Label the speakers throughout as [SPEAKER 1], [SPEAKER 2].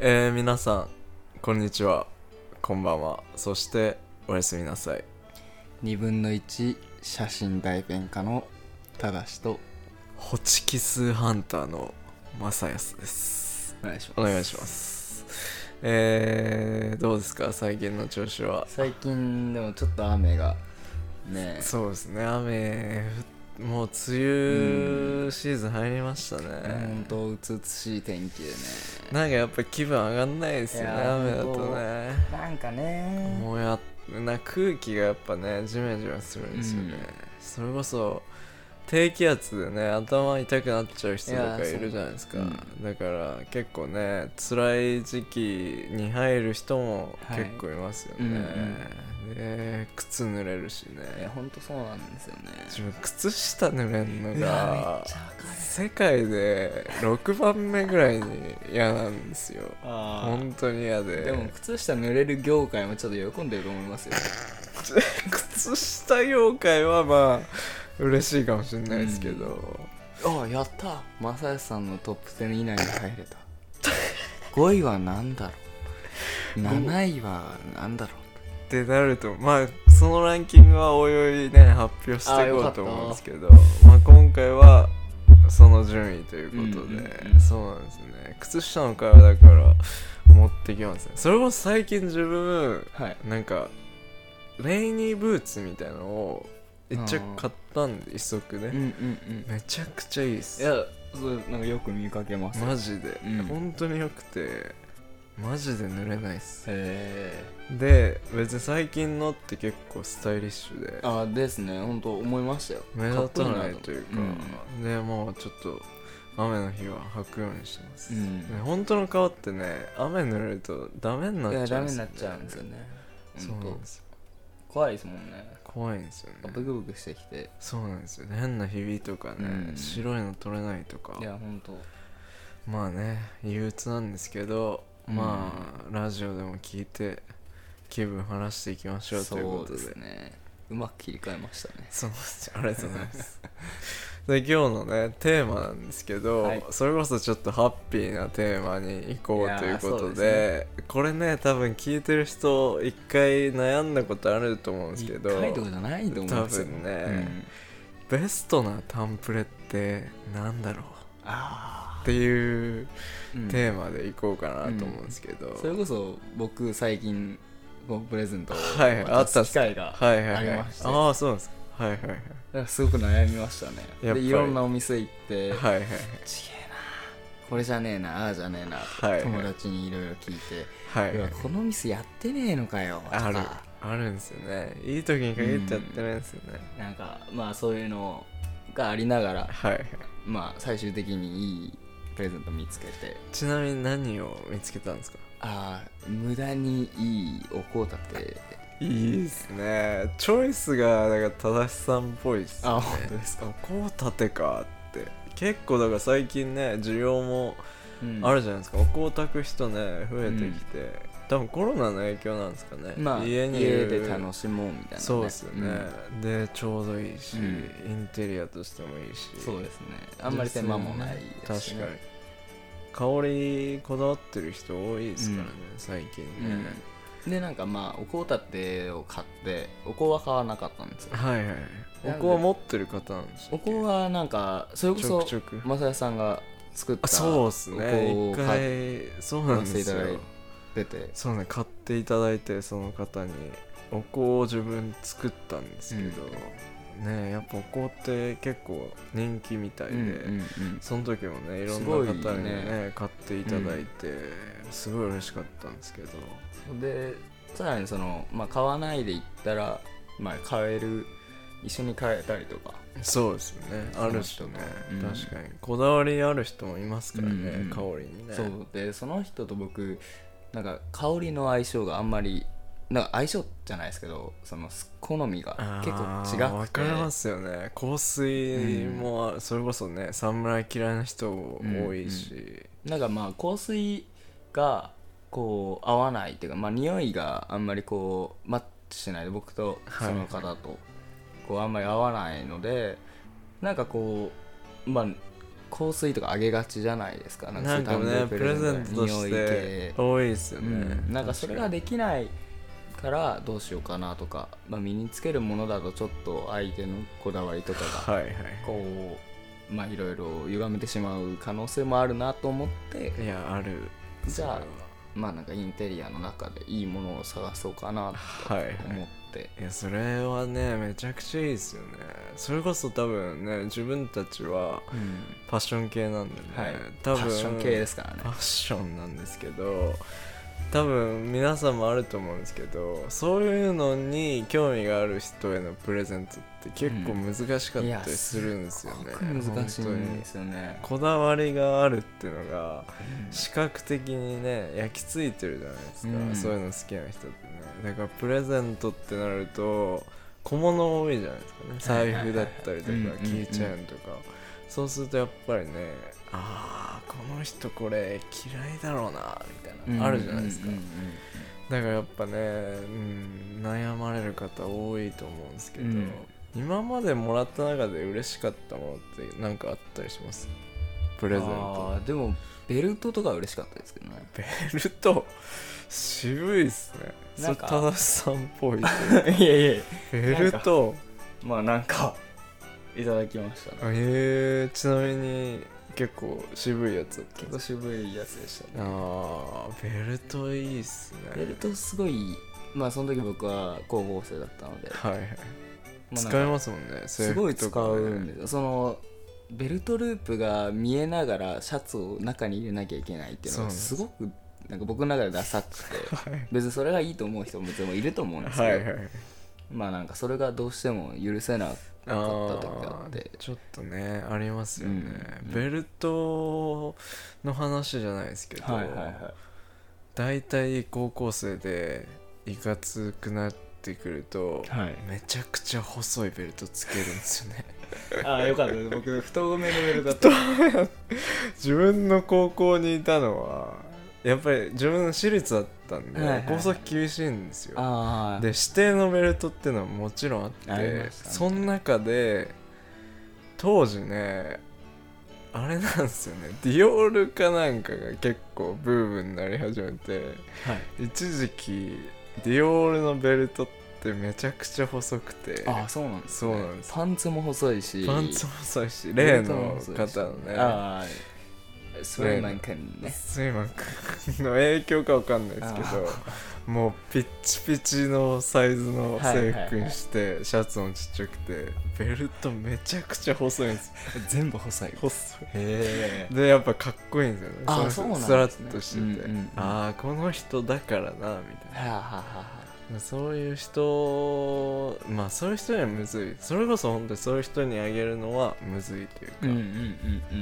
[SPEAKER 1] えー、皆さんこんにちはこんばんはそしておやすみなさい
[SPEAKER 2] 2分の1写真大弁家のただしと
[SPEAKER 1] ホチキスハンターのまさやすです
[SPEAKER 2] お願いし
[SPEAKER 1] お願いしますえー、どうですか最近の調子は
[SPEAKER 2] 最近でもちょっと雨がね
[SPEAKER 1] そうですね雨ふもう梅雨シーズン入りましたね、
[SPEAKER 2] 本当うつうつしい天気でね
[SPEAKER 1] なんかやっぱ気分上がんないですよね
[SPEAKER 2] いや
[SPEAKER 1] 雨だと
[SPEAKER 2] 本
[SPEAKER 1] ね
[SPEAKER 2] なんかね
[SPEAKER 1] もうやな空気がやっぱねジメジメするんですよね、
[SPEAKER 2] うん
[SPEAKER 1] それこそ低気圧でね頭痛くなっちゃう人と
[SPEAKER 2] い
[SPEAKER 1] か
[SPEAKER 2] や
[SPEAKER 1] い
[SPEAKER 2] そう
[SPEAKER 1] るじゃないですか、
[SPEAKER 2] うん
[SPEAKER 1] だから結構ね辛い時期に入る人も
[SPEAKER 2] はい
[SPEAKER 1] 結構いますよね、で靴濡れるし
[SPEAKER 2] いや
[SPEAKER 1] ね
[SPEAKER 2] 本当そうなんですよね
[SPEAKER 1] 自分靴下濡れんの
[SPEAKER 2] うわめ
[SPEAKER 1] が
[SPEAKER 2] っちゃわかる
[SPEAKER 1] 世界で6番目ぐらいに嫌なんですよ
[SPEAKER 2] あ
[SPEAKER 1] 本当に嫌で
[SPEAKER 2] でも靴下濡れる業界もちょっと喜んでると思いますよ
[SPEAKER 1] 靴下妖怪はまあ嬉しいかもしれないですけど、
[SPEAKER 2] ああやった正義さんのトップ10以内に入れた5位は何だろう7位は何だろ
[SPEAKER 1] ってなるとまあそのランキングはおいおいね発表していこ
[SPEAKER 2] あーよか
[SPEAKER 1] う
[SPEAKER 2] った
[SPEAKER 1] と思うんですけどまあ、今回はその順位ということで、
[SPEAKER 2] うんうんうん
[SPEAKER 1] そうなんですね靴下の回はだから持ってきますねそれこそ最近自分
[SPEAKER 2] うはい
[SPEAKER 1] なんかレイニーブーツみたいなのをめっちゃ買ったんで一足
[SPEAKER 2] うんう
[SPEAKER 1] ね
[SPEAKER 2] んうん
[SPEAKER 1] めちゃくちゃいいっす
[SPEAKER 2] いやそうなんかよく見かけますへ
[SPEAKER 1] マジで、
[SPEAKER 2] うん
[SPEAKER 1] 本当によくてマジで濡れないっす
[SPEAKER 2] え
[SPEAKER 1] で別に最近のって結構スタイリッシュで
[SPEAKER 2] ああですね本当思いましたよ
[SPEAKER 1] 目立た
[SPEAKER 2] かっこ
[SPEAKER 1] ない
[SPEAKER 2] い
[SPEAKER 1] い
[SPEAKER 2] な
[SPEAKER 1] というか
[SPEAKER 2] う
[SPEAKER 1] でもうちょっと雨の日は履くようにしてます、
[SPEAKER 2] う
[SPEAKER 1] ね
[SPEAKER 2] ん
[SPEAKER 1] 本当の顔ってね雨濡れるとダメになっ
[SPEAKER 2] い
[SPEAKER 1] ちゃうんですよ
[SPEAKER 2] やダメになっちゃうんですよね
[SPEAKER 1] そうなんですよ
[SPEAKER 2] ほんと怖いですもんね
[SPEAKER 1] 怖いんですよ
[SPEAKER 2] ブ
[SPEAKER 1] ね
[SPEAKER 2] クブクしてきて
[SPEAKER 1] そうなんですよね変なひびとかね、
[SPEAKER 2] うん
[SPEAKER 1] 白いの取れないとか
[SPEAKER 2] いや本当
[SPEAKER 1] まあね憂鬱なんですけど、
[SPEAKER 2] うん
[SPEAKER 1] まあラジオでも聞いて気分晴らしていきましょうという
[SPEAKER 2] そ
[SPEAKER 1] こ
[SPEAKER 2] う
[SPEAKER 1] と
[SPEAKER 2] で
[SPEAKER 1] です
[SPEAKER 2] ねうまく切り替えましたね
[SPEAKER 1] そうですありがとうございますで今日のねテーマなんですけど、
[SPEAKER 2] はい
[SPEAKER 1] それこそちょっとハッピーなテーマに行こ
[SPEAKER 2] いうやー
[SPEAKER 1] ということ
[SPEAKER 2] そう
[SPEAKER 1] で
[SPEAKER 2] で
[SPEAKER 1] これね多分聞いてる人一回悩んだことあると思うんですけど
[SPEAKER 2] 一回とかじゃないと思うんですよ
[SPEAKER 1] 多分ねベストなタンプレってなんだろう
[SPEAKER 2] あ
[SPEAKER 1] っていう
[SPEAKER 2] あー
[SPEAKER 1] テーマで行こうかなと思うんですけど、
[SPEAKER 2] それこそ僕最近こうプレゼントを
[SPEAKER 1] はい
[SPEAKER 2] 渡す機会が
[SPEAKER 1] はいはいは
[SPEAKER 2] あ
[SPEAKER 1] い
[SPEAKER 2] りまして
[SPEAKER 1] ああそうなんですかはいはいはい
[SPEAKER 2] だからすごく悩みましたね
[SPEAKER 1] やっぱ
[SPEAKER 2] で
[SPEAKER 1] り
[SPEAKER 2] いろんなお店行って
[SPEAKER 1] はいはい
[SPEAKER 2] ちげえなこれじゃねえなああじゃねえなとか
[SPEAKER 1] はい
[SPEAKER 2] 友達にいろいろ聞いて、
[SPEAKER 1] はいはいい
[SPEAKER 2] や
[SPEAKER 1] はい
[SPEAKER 2] この店やってねえのかよと
[SPEAKER 1] ある
[SPEAKER 2] か
[SPEAKER 1] あるんですよねいい時に限っちゃってないんですよね、
[SPEAKER 2] なんかまあそういうのがありながら
[SPEAKER 1] はいはい
[SPEAKER 2] まあ最終的にいいプレゼント見つけて
[SPEAKER 1] ちなみに何を見つけたんですか
[SPEAKER 2] ああ無駄にいいおこたて
[SPEAKER 1] いいっすねチョイスがだから正しさんっぽいっすね
[SPEAKER 2] あ本当ですか
[SPEAKER 1] こう立てかって結構だから最近ね需要も
[SPEAKER 2] うん
[SPEAKER 1] あるじゃないですか、お香炊く人ね増えてきて、多分コロナの影響なんですかね、
[SPEAKER 2] まあ家
[SPEAKER 1] に
[SPEAKER 2] で楽しもうみたいな、ね、
[SPEAKER 1] そうですよね、
[SPEAKER 2] ん
[SPEAKER 1] でちょうどいいし、
[SPEAKER 2] うん
[SPEAKER 1] インテリアとしてもいいし
[SPEAKER 2] そうですねあんまり手間もない
[SPEAKER 1] で
[SPEAKER 2] ですす
[SPEAKER 1] よ
[SPEAKER 2] ね
[SPEAKER 1] ね確かに香りこだわってる人多いですからね、最近ね、
[SPEAKER 2] でなんかまあおこたてを買っておこは買わなかったんですよ
[SPEAKER 1] はいはいお
[SPEAKER 2] なんで
[SPEAKER 1] 香は持ってる方なんでしょ
[SPEAKER 2] おこはなんかそれこ
[SPEAKER 1] ちょ
[SPEAKER 2] そ
[SPEAKER 1] くちょく
[SPEAKER 2] まさやさんが作った
[SPEAKER 1] あそうっすね
[SPEAKER 2] お
[SPEAKER 1] 一
[SPEAKER 2] 香を買っ
[SPEAKER 1] 回そうな
[SPEAKER 2] 買
[SPEAKER 1] ん
[SPEAKER 2] わせて
[SPEAKER 1] で
[SPEAKER 2] い
[SPEAKER 1] す
[SPEAKER 2] ただ
[SPEAKER 1] よ
[SPEAKER 2] いてて
[SPEAKER 1] そうね買っていただいてその方にお香を自分作ったんですけど、ねやっぱお香って結構人気みたいで、その時もねいろんな方に
[SPEAKER 2] すごい
[SPEAKER 1] ね
[SPEAKER 2] ね
[SPEAKER 1] 買っていただいて、すごい嬉しかったんですけど
[SPEAKER 2] でさらにその、まあ、買わないで行ったら、まあ、買える一緒に買えたりとか
[SPEAKER 1] そうですよねあるしね、
[SPEAKER 2] うん
[SPEAKER 1] 確かにこだわりある人もいますからね、
[SPEAKER 2] うん
[SPEAKER 1] 香りにね
[SPEAKER 2] そうでその人と僕なんか香りの相性があんまりなんか相性じゃないですけどその好みが
[SPEAKER 1] あ
[SPEAKER 2] 結構
[SPEAKER 1] ー
[SPEAKER 2] 違くて
[SPEAKER 1] わかりますよね香水も、それこそね侍嫌いな人多いし、
[SPEAKER 2] なんかまあ香水がこう合わないっていうかまあ匂いがあんまりこうマッチしないで僕と
[SPEAKER 1] はい
[SPEAKER 2] その方とこうあんまり合わないのでなんかこうまあ香水とかあげがちじゃないですか
[SPEAKER 1] なんかねプレゼントとして多いですよ
[SPEAKER 2] う
[SPEAKER 1] ね、
[SPEAKER 2] ん、なんかそれができないからどうしようかなとか、まあ、身につけるものだとちょっと相手のこだわりとかが
[SPEAKER 1] はいはい
[SPEAKER 2] こうまあいろいろ歪めてしまう可能性もあるなと思って
[SPEAKER 1] いやある
[SPEAKER 2] じゃあ
[SPEAKER 1] そ
[SPEAKER 2] まあなんかインテリアの中でいいものを探そうかな
[SPEAKER 1] れははいはい
[SPEAKER 2] と思って
[SPEAKER 1] いやそれはねめちゃくちゃいいですよねそれこそ多分ね自分たちは
[SPEAKER 2] うん
[SPEAKER 1] ファッション系なんでね、
[SPEAKER 2] はいフ
[SPEAKER 1] 多
[SPEAKER 2] ァ
[SPEAKER 1] 分
[SPEAKER 2] ッション系ですからね
[SPEAKER 1] ファッションなんですけど多分皆さんもあると思うんですけどそういうのに興味がある人へのプレゼントって結構難しかったりするんですよね、
[SPEAKER 2] ごく難しい
[SPEAKER 1] 本当
[SPEAKER 2] ん
[SPEAKER 1] に
[SPEAKER 2] ですよね
[SPEAKER 1] こだわりがあるっていうのが視覚的にね焼き付いてるじゃないですか、
[SPEAKER 2] うん
[SPEAKER 1] そういうの好きな人ってねだからプレゼントってなると小物多いじゃないですか
[SPEAKER 2] はい
[SPEAKER 1] ね
[SPEAKER 2] はいは
[SPEAKER 1] 財
[SPEAKER 2] い
[SPEAKER 1] 布だったりとか
[SPEAKER 2] うんうんうん
[SPEAKER 1] キーチェーンとか、そうするとやっぱりねあーこの人これ嫌いだろうなみたいな、あるじゃないですか、
[SPEAKER 2] うんうんうんうん
[SPEAKER 1] だからやっぱね、うん、悩まれる方多いと思うんですけど、
[SPEAKER 2] うん
[SPEAKER 1] 今までもらった中で嬉しかったものって何かあったりしますプレゼント
[SPEAKER 2] あーでもベルトとかは嬉しかったですけどね
[SPEAKER 1] ベルト渋いっすねそ
[SPEAKER 2] な
[SPEAKER 1] れ
[SPEAKER 2] んか
[SPEAKER 1] 正さんっぽい
[SPEAKER 2] いやいや
[SPEAKER 1] ベルト
[SPEAKER 2] まあなんかいただきましたね
[SPEAKER 1] あえー、ちなみに結構渋いやつだったん
[SPEAKER 2] 結
[SPEAKER 1] で
[SPEAKER 2] 構
[SPEAKER 1] す
[SPEAKER 2] 渋いやつでしたね
[SPEAKER 1] あーベルトいいっすね
[SPEAKER 2] ベルトすごいまあその時僕は高校生だったので、ま
[SPEAKER 1] はいはい
[SPEAKER 2] あなんか
[SPEAKER 1] 使えますもんね制
[SPEAKER 2] すごい
[SPEAKER 1] 服
[SPEAKER 2] 使
[SPEAKER 1] とかね
[SPEAKER 2] うんですよそのベルトループが見えながらシャツを中に入れなきゃいけないっていうのがす
[SPEAKER 1] そ
[SPEAKER 2] ごくなんか僕の中でダサくて
[SPEAKER 1] はい
[SPEAKER 2] 別にそれがいいと思う人も別にいると思うんですけ
[SPEAKER 1] は
[SPEAKER 2] ど、
[SPEAKER 1] いはい
[SPEAKER 2] まあなんかそれがどうしても許せなかった時があって
[SPEAKER 1] ーちょっとねありますよね、
[SPEAKER 2] うん
[SPEAKER 1] ベルトの話じゃないですけど、
[SPEAKER 2] はいはいはい
[SPEAKER 1] 大体高校生でいかつくなってくると、
[SPEAKER 2] はい
[SPEAKER 1] めちゃくちゃ細いベルトつけるんですよね
[SPEAKER 2] ああよかったです僕太めのベルトだった
[SPEAKER 1] 自分の高校にいたのはやっぱり自分の私立だったんで、
[SPEAKER 2] はいはいはい
[SPEAKER 1] 校則厳しいんですよ
[SPEAKER 2] ああ
[SPEAKER 1] で指定のベルトっていうのはもちろんあって
[SPEAKER 2] ありましたね
[SPEAKER 1] その中で当時ねあれなんですよねディオールかなんかが結構ブームになり始めて
[SPEAKER 2] はい
[SPEAKER 1] 一時期ディオールのベルトってめちゃくちゃ細くて
[SPEAKER 2] ああそうなんです、ね、
[SPEAKER 1] そうなんです
[SPEAKER 2] パンツも細いし
[SPEAKER 1] パンツも細いし
[SPEAKER 2] ベ
[SPEAKER 1] 例
[SPEAKER 2] ルトも
[SPEAKER 1] の
[SPEAKER 2] 細いし
[SPEAKER 1] 方のね
[SPEAKER 2] ああそれなんかね
[SPEAKER 1] スイマン君の影響かわかんないですけどもうピッチピチのサイズの制服にしてシャツもちっちゃくてベルトめちゃくちゃ細いんですよ
[SPEAKER 2] 全部細い
[SPEAKER 1] 細
[SPEAKER 2] へ
[SPEAKER 1] いでやっぱかっこいいんですよね
[SPEAKER 2] あ
[SPEAKER 1] そ
[SPEAKER 2] そううなんですね
[SPEAKER 1] スラッとしてて、
[SPEAKER 2] うんうんうん
[SPEAKER 1] ああこの人だからなみたい
[SPEAKER 2] はあはあは
[SPEAKER 1] なそういう人まあそういう人にはむずいそれこそ本当にそういう人にあげるのはむずいというか、
[SPEAKER 2] あうんうんうんう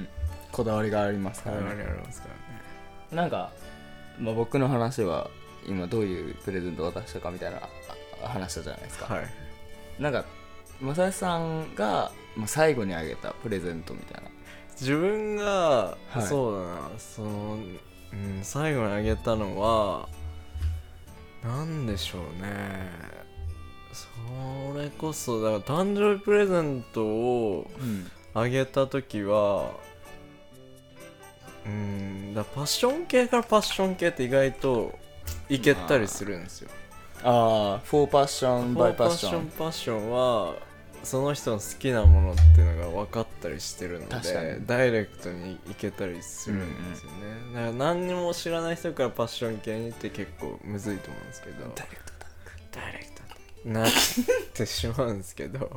[SPEAKER 2] んこだわりがあります
[SPEAKER 1] あ
[SPEAKER 2] から
[SPEAKER 1] れあ
[SPEAKER 2] ね
[SPEAKER 1] りますからね
[SPEAKER 2] なんか、まあ、僕の話は今どういうプレゼントを渡したかみたいなあ話したじゃないですか、
[SPEAKER 1] はい
[SPEAKER 2] なんか正義さんが、まあ、最後にあげたプレゼントみたいな
[SPEAKER 1] 自分が、
[SPEAKER 2] はい
[SPEAKER 1] そうだなその、うん、最後にあげたのはなんでしょうねそれこそだから誕生日プレゼントを
[SPEAKER 2] うん
[SPEAKER 1] あげた時はうんだからパッション系からパッション系って意外といけたりするんですよ。
[SPEAKER 2] ああフォーパッション
[SPEAKER 1] フォ
[SPEAKER 2] バ
[SPEAKER 1] ー
[SPEAKER 2] イ
[SPEAKER 1] パ
[SPEAKER 2] パ
[SPEAKER 1] ッ
[SPEAKER 2] ッシ
[SPEAKER 1] シ
[SPEAKER 2] ョ
[SPEAKER 1] ョン
[SPEAKER 2] ン
[SPEAKER 1] パッションはその人の好きなものっていうのが分かったりしてるの
[SPEAKER 2] 確か
[SPEAKER 1] で
[SPEAKER 2] に
[SPEAKER 1] ダイレクトにいけたりするんですよね、だから何にも知らない人からパッション系にって結構むずいと思うんですけど
[SPEAKER 2] レクトだ
[SPEAKER 1] ダイレクトなってしまうんですけどだか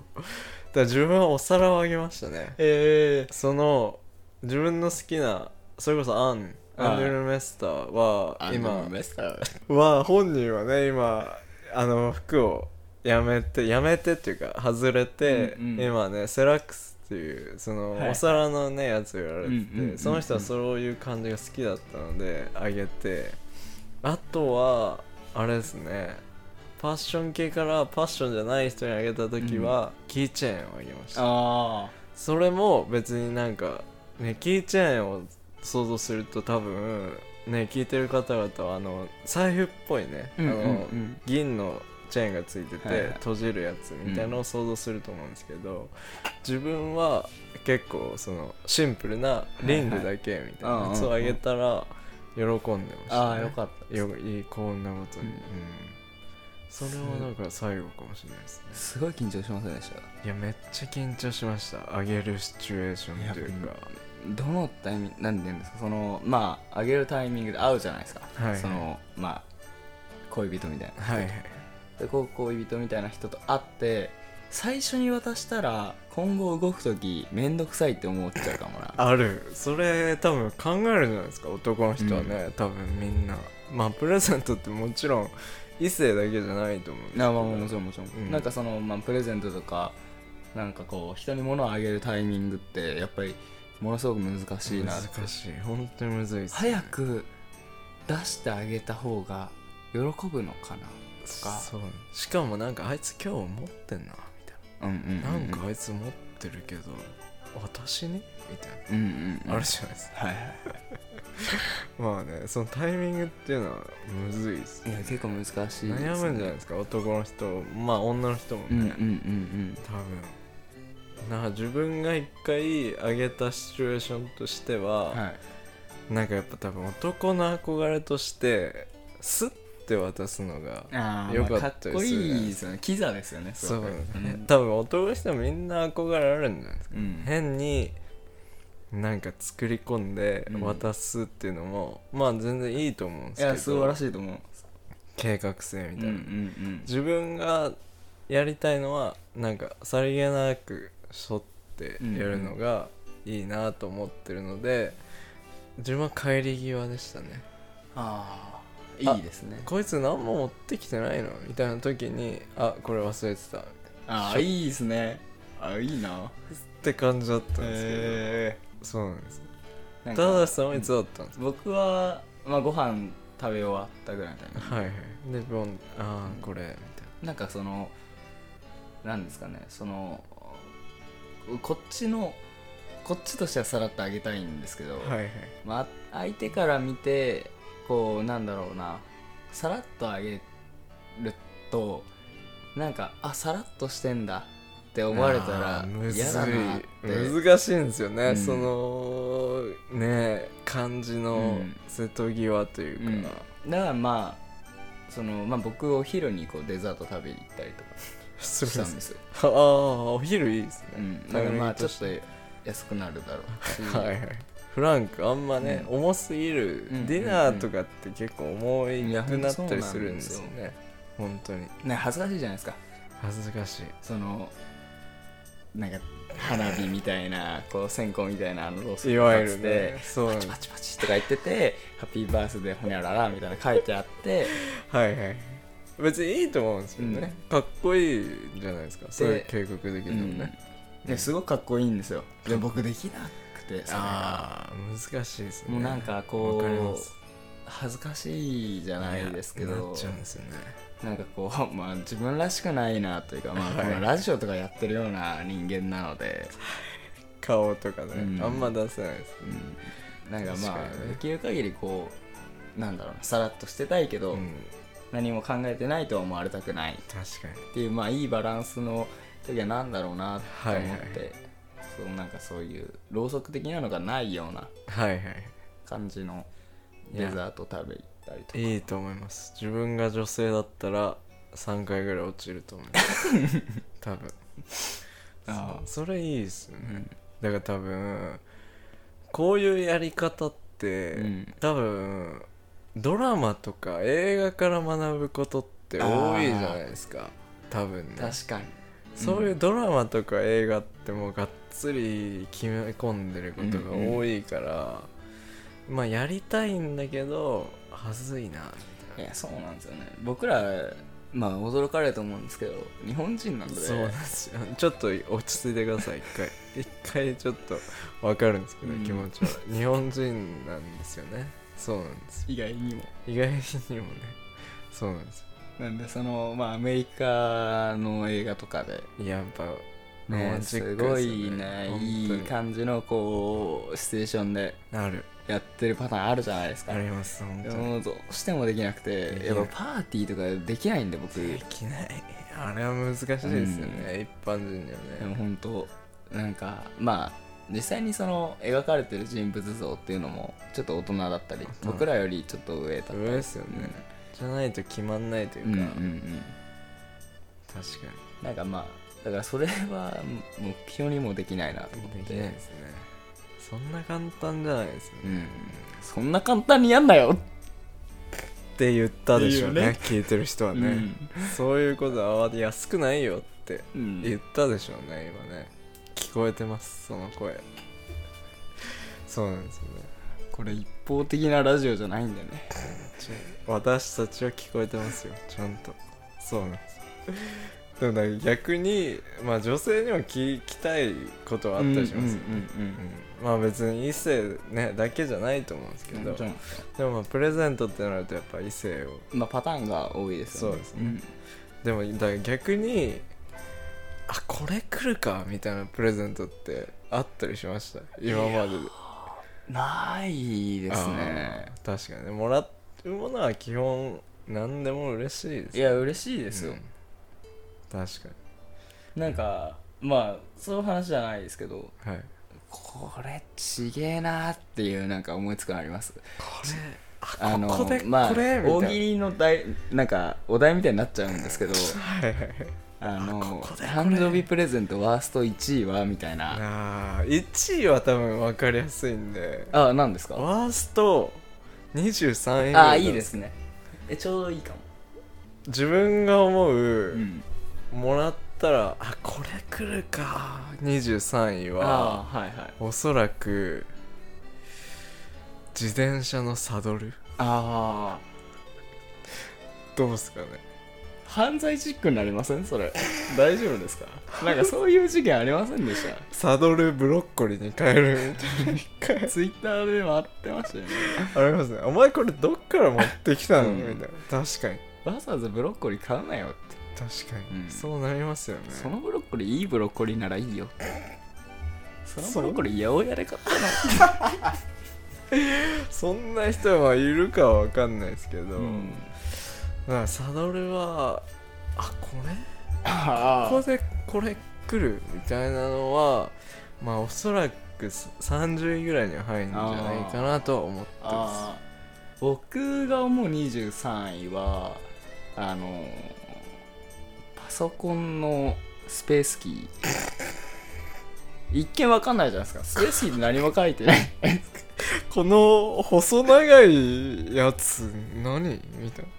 [SPEAKER 1] ら自分はお皿をあげましたね
[SPEAKER 2] え
[SPEAKER 1] その自分の好きなそれこそアン
[SPEAKER 2] ああ
[SPEAKER 1] アンドリュー・メスターは
[SPEAKER 2] ー、
[SPEAKER 1] 今
[SPEAKER 2] 今メスター
[SPEAKER 1] は本人はね今あの服をやめてやめてっていうか外れて、
[SPEAKER 2] うんうん
[SPEAKER 1] 今ねセラックスっていうその、
[SPEAKER 2] はい
[SPEAKER 1] お皿のねやつをやられてて、
[SPEAKER 2] うんうんうんうん
[SPEAKER 1] その人はそういう感じが好きだったのであげてあとはあれですねパッション系からパッションじゃない人にあげた時は、キーチェーンをあげました
[SPEAKER 2] あ
[SPEAKER 1] それも別になんかねキーチェーンを想像すると多分ね聞いてる方々はあの財布っぽいね、
[SPEAKER 2] あうんうん
[SPEAKER 1] あの
[SPEAKER 2] うん
[SPEAKER 1] 銀のチェーンがついてて、
[SPEAKER 2] はいはい
[SPEAKER 1] 閉じるやつみたいのを想像すると思うんですけど、自分は結構そのシンプルなリングだけみたいなやつをあげたら喜んでました、ね、
[SPEAKER 2] ああよかったです
[SPEAKER 1] よいいこんなことに、
[SPEAKER 2] うん
[SPEAKER 1] うんそれはだから最後かもしれないですね
[SPEAKER 2] すごい緊張しませんでした
[SPEAKER 1] いやめっちゃ緊張しましたあげるシチュエーションという
[SPEAKER 2] いや
[SPEAKER 1] か
[SPEAKER 2] どのタイミングなんて言うんですかそのまあ上げるタイミングで会うじゃないですか、
[SPEAKER 1] はいはい
[SPEAKER 2] そのまあ恋人みたいな
[SPEAKER 1] はいはい
[SPEAKER 2] でこう恋人みたいな人と会って最初に渡したら今後動く時めんどくさいって思っちゃうかもな
[SPEAKER 1] あるそれ多分考えるじゃないですか男の人はね、多分みんなまあプレゼントってもちろん異性だけじゃないと思うんですけ
[SPEAKER 2] あ
[SPEAKER 1] ど
[SPEAKER 2] まあもちろんもちろん、
[SPEAKER 1] うん
[SPEAKER 2] なんかその、まあ、プレゼントとかなんかこう人に物をあげるタイミングってやっぱりものすごく難しいなって
[SPEAKER 1] 難しい本当にむずいっすね
[SPEAKER 2] 早く出してあげた方が喜ぶのかなとか
[SPEAKER 1] そうしかもなんかあいつ今日持ってんなみたい
[SPEAKER 2] うんうん
[SPEAKER 1] な、なんか
[SPEAKER 2] う
[SPEAKER 1] あいつ持ってるけど私にみたい
[SPEAKER 2] うんうんうん
[SPEAKER 1] な、あるじゃないですか
[SPEAKER 2] はいはい
[SPEAKER 1] まあねそのタイミングっていうのはむずいっす
[SPEAKER 2] いや
[SPEAKER 1] ね
[SPEAKER 2] 結構難しいですね
[SPEAKER 1] 悩むんじゃないですか男の人まあ女の人も
[SPEAKER 2] うんうん
[SPEAKER 1] ね、
[SPEAKER 2] うん
[SPEAKER 1] 多分なんか自分が一回あげたシチュエーションとしては、
[SPEAKER 2] うんはい
[SPEAKER 1] なんかやっぱ多分男の憧れとしてスッて渡すのが
[SPEAKER 2] あー
[SPEAKER 1] よか
[SPEAKER 2] まあ
[SPEAKER 1] った
[SPEAKER 2] か
[SPEAKER 1] です
[SPEAKER 2] っ
[SPEAKER 1] よね
[SPEAKER 2] こいいですよねキザですよねす
[SPEAKER 1] そう
[SPEAKER 2] ごく
[SPEAKER 1] ね多分男の人はみんな憧れあるんじゃないですか、
[SPEAKER 2] うん
[SPEAKER 1] 変になんか作り込んで
[SPEAKER 2] うん
[SPEAKER 1] 渡すっていうのも、まあ全然いいと思うんです
[SPEAKER 2] い
[SPEAKER 1] けど
[SPEAKER 2] や素晴らしいと思う
[SPEAKER 1] 計画性み
[SPEAKER 2] うん
[SPEAKER 1] た
[SPEAKER 2] う
[SPEAKER 1] いな、
[SPEAKER 2] ん
[SPEAKER 1] 自分がやりたいのはなんかさりげなく沿ってやるのがいいなと思ってるので、自分は帰り際でしたね
[SPEAKER 2] ああいいですね
[SPEAKER 1] こいつ何も持ってきてないのみたいな時にあこれ忘れてたっ
[SPEAKER 2] ああいいですねあいいな
[SPEAKER 1] て感じだったんですけど、
[SPEAKER 2] え
[SPEAKER 1] そうなんです
[SPEAKER 2] え
[SPEAKER 1] たださんはいつだったんですか、
[SPEAKER 2] 僕はまあご飯食べ終わったぐらいのタイミング
[SPEAKER 1] はいはいでボンああこれみたい
[SPEAKER 2] なんかそのなんですかねそのこっちのこっちとしてはさらってあげたいんですけど、
[SPEAKER 1] なはいはい
[SPEAKER 2] まあ、相手から見てこうなんだろうなさらっとあげるとなんかあさらっとしてんだって思われた
[SPEAKER 1] あ
[SPEAKER 2] ら
[SPEAKER 1] ーむずい
[SPEAKER 2] 嫌だなって
[SPEAKER 1] 難しいんですよね、
[SPEAKER 2] うん
[SPEAKER 1] そのね感じの
[SPEAKER 2] うん
[SPEAKER 1] 瀬戸際というか、
[SPEAKER 2] うんだからまあその、まあ、僕お昼にこうデザート食べに行ったりとか
[SPEAKER 1] そう
[SPEAKER 2] した
[SPEAKER 1] で
[SPEAKER 2] ん
[SPEAKER 1] す
[SPEAKER 2] ですよ、
[SPEAKER 1] ああお昼いいですね、
[SPEAKER 2] うん、だからまあ
[SPEAKER 1] タ
[SPEAKER 2] ち
[SPEAKER 1] イミングと
[SPEAKER 2] ょ
[SPEAKER 1] し
[SPEAKER 2] ってと安くなるだろうし、
[SPEAKER 1] はいはいフランクあんまね、重すぎる、
[SPEAKER 2] うん
[SPEAKER 1] ディナーとかって結構重いくなったりするんですよ
[SPEAKER 2] い
[SPEAKER 1] ね本当に
[SPEAKER 2] ね、恥ずかしいじゃないですか
[SPEAKER 1] 恥ずかしい
[SPEAKER 2] そのなんか花火みたいなこう線香みたいなあのロース
[SPEAKER 1] いわゆるねそうなんです
[SPEAKER 2] パチパチパチとか言ってて「ハッピーバースデーほにゃらら」みたいな書いてあって
[SPEAKER 1] はいはい別にいいと思うんですけどね、かっこいいんじゃないですかそういう計画できるのもね、
[SPEAKER 2] うんですごくかっこいいんですよで僕できなくてそれが
[SPEAKER 1] ああ難しいですね
[SPEAKER 2] もうなんかこ
[SPEAKER 1] わかりま
[SPEAKER 2] う
[SPEAKER 1] す
[SPEAKER 2] 恥ずかしいじゃないですけ
[SPEAKER 1] な
[SPEAKER 2] ど
[SPEAKER 1] っちゃうんですよね
[SPEAKER 2] なんかこう まあ自分らしくないなというかまあ
[SPEAKER 1] はい
[SPEAKER 2] このラジオとかやってるような人間なので
[SPEAKER 1] 顔とかね、
[SPEAKER 2] うん
[SPEAKER 1] あんま出せないです
[SPEAKER 2] うんなんかま
[SPEAKER 1] 確か
[SPEAKER 2] あ
[SPEAKER 1] にね
[SPEAKER 2] できる限りこうなんだろうなさらっとしてたいけど
[SPEAKER 1] うん
[SPEAKER 2] 何も考えてないとは思われたくない
[SPEAKER 1] 確かに
[SPEAKER 2] っていうまあいいバランスの時は何だろうなと思っ
[SPEAKER 1] は
[SPEAKER 2] て、
[SPEAKER 1] いはい
[SPEAKER 2] そうなんかそういうろうそく的なのがないような
[SPEAKER 1] はいはい
[SPEAKER 2] 感じの
[SPEAKER 1] いや
[SPEAKER 2] デザート食べ行ったりとか
[SPEAKER 1] いいと思います自分が女性だったら3回ぐらい落ちると思います 多分
[SPEAKER 2] あ
[SPEAKER 1] そそれいいですよね、
[SPEAKER 2] うん
[SPEAKER 1] だから多分こういうやり方って、
[SPEAKER 2] うん
[SPEAKER 1] 多分ドラマとか映画から学ぶことって多いじゃないですか多分ね
[SPEAKER 2] 確かに
[SPEAKER 1] そういうドラマとか映画ってもうがっつり決め込んでることが多いから、まあやりたいんだけどはずいなみた
[SPEAKER 2] い
[SPEAKER 1] い
[SPEAKER 2] やそうなんですよね僕らまあ驚かれると思うんですけど日本人な
[SPEAKER 1] な
[SPEAKER 2] ので
[SPEAKER 1] そうなんですよちょっと落ち着いてください一回 一回ちょっと分かるんですけど、
[SPEAKER 2] うん
[SPEAKER 1] 気持ちは日本人なんですよねそうなんですよ
[SPEAKER 2] 以外にも
[SPEAKER 1] 意外にもねそうなんです
[SPEAKER 2] なんでそのまあアメリカの映画とかで
[SPEAKER 1] よやっぱロマ
[SPEAKER 2] ね
[SPEAKER 1] ンチッ
[SPEAKER 2] す
[SPEAKER 1] ク
[SPEAKER 2] ご
[SPEAKER 1] です
[SPEAKER 2] い
[SPEAKER 1] よ
[SPEAKER 2] ね
[SPEAKER 1] 本当に
[SPEAKER 2] いい感じのこうシチュエーションで
[SPEAKER 1] なる
[SPEAKER 2] やってるパターンあるじゃないですか
[SPEAKER 1] あります本当に
[SPEAKER 2] もうどうしてもできなく
[SPEAKER 1] できな
[SPEAKER 2] て
[SPEAKER 1] い
[SPEAKER 2] やっぱパーティーとかできないんで僕
[SPEAKER 1] で
[SPEAKER 2] で
[SPEAKER 1] きないあれは難しいですよね、
[SPEAKER 2] う
[SPEAKER 1] 一般人にはね
[SPEAKER 2] も本当なんかまあ実際にその描かれてる人物像っていうのもちょっと大人だったり
[SPEAKER 1] うん
[SPEAKER 2] 僕らよりちょっと上だったり、
[SPEAKER 1] 上ですよね、じゃないと決まんないというか、
[SPEAKER 2] うんうんうん
[SPEAKER 1] 確か
[SPEAKER 2] なんかまあだからそれは目標にもできないなと思っ
[SPEAKER 1] に
[SPEAKER 2] て
[SPEAKER 1] できないですねそんな簡単じゃないですよね、
[SPEAKER 2] うん、そんな簡単にやんなよ
[SPEAKER 1] って言ったでしょうね
[SPEAKER 2] っていう
[SPEAKER 1] 聞
[SPEAKER 2] ね
[SPEAKER 1] いてる人はね、そういうことは慌て安くないよって
[SPEAKER 2] うん
[SPEAKER 1] 言ったでしょうね今ね聞こえてますその声そうなんですよね
[SPEAKER 2] これ一方的なラジオじゃないんだよね
[SPEAKER 1] ちょ私たちは聞こえてますよちゃんとそうなんですでもなんか逆に、まあ、女性にも聞きたいことはあったりしますよね、
[SPEAKER 2] うんうん
[SPEAKER 1] うんまあ別に異性、ね、だけじゃないと思うんですけ
[SPEAKER 2] うんうん
[SPEAKER 1] ど
[SPEAKER 2] もちろ
[SPEAKER 1] で
[SPEAKER 2] ん
[SPEAKER 1] もまあプレゼントってなるとやっぱ異性を
[SPEAKER 2] まあパターンが多いですよ
[SPEAKER 1] そ
[SPEAKER 2] ね
[SPEAKER 1] うですねでもだから逆にあこれ来るかみたいなプレゼントってあったりしました今までで
[SPEAKER 2] うんないですね
[SPEAKER 1] あー確かにもらうものは基本何でも嬉しいです
[SPEAKER 2] いや嬉しいですよ、
[SPEAKER 1] うん確か
[SPEAKER 2] なんかまあそういう話じゃないですけど
[SPEAKER 1] にはい
[SPEAKER 2] これちげえなーっていうなんか思いつくのあります
[SPEAKER 1] これ
[SPEAKER 2] あの
[SPEAKER 1] ここで
[SPEAKER 2] まあ、
[SPEAKER 1] これみたいな
[SPEAKER 2] 大喜利の題なんかお題みたいになっちゃうんです けど
[SPEAKER 1] はいはいはい
[SPEAKER 2] あの
[SPEAKER 1] ここでこれ
[SPEAKER 2] 誕生日プレゼントワースト1位はみたいな
[SPEAKER 1] あー1位は多分分かりやすいんで
[SPEAKER 2] あ何ですか
[SPEAKER 1] ワースト23位
[SPEAKER 2] ああいいですねえちょうどいいかも、
[SPEAKER 1] 自分が思う、
[SPEAKER 2] うん、
[SPEAKER 1] もらったらあこれ来るか23位は
[SPEAKER 2] ああはいはい
[SPEAKER 1] おそらく自転車のサドル
[SPEAKER 2] ああ
[SPEAKER 1] どうですかね
[SPEAKER 2] 犯罪チックになりませんそれ大丈夫ですかなんかそういう事件ありませんでし
[SPEAKER 1] サドルブロッコリーに変えるみたい
[SPEAKER 2] たツイッターで回ってましたよね
[SPEAKER 1] なありますねお前これどっから持ってきたの、
[SPEAKER 2] うん
[SPEAKER 1] みたいな確かに
[SPEAKER 2] わざわざブロッコリー買うなよって
[SPEAKER 1] 確かに、
[SPEAKER 2] うん
[SPEAKER 1] そうなりますよね
[SPEAKER 2] そのブロッコリーいいブロッコリーならいいよそのブロッコリー八百屋で買ったの
[SPEAKER 1] そんな人はいるかは分かんないですけど、
[SPEAKER 2] うん
[SPEAKER 1] だからサドルはあこれ
[SPEAKER 2] あ
[SPEAKER 1] ここでこれ来るみたいなのはまあおそらくす30位ぐらいには入るんじゃないかなとは思ってま
[SPEAKER 2] あー僕が思う23位はあのーパソコンのスペースキー一見わかんないじゃないですかスペースキーって何も書いて ない
[SPEAKER 1] すこの細長いやつ何みたいな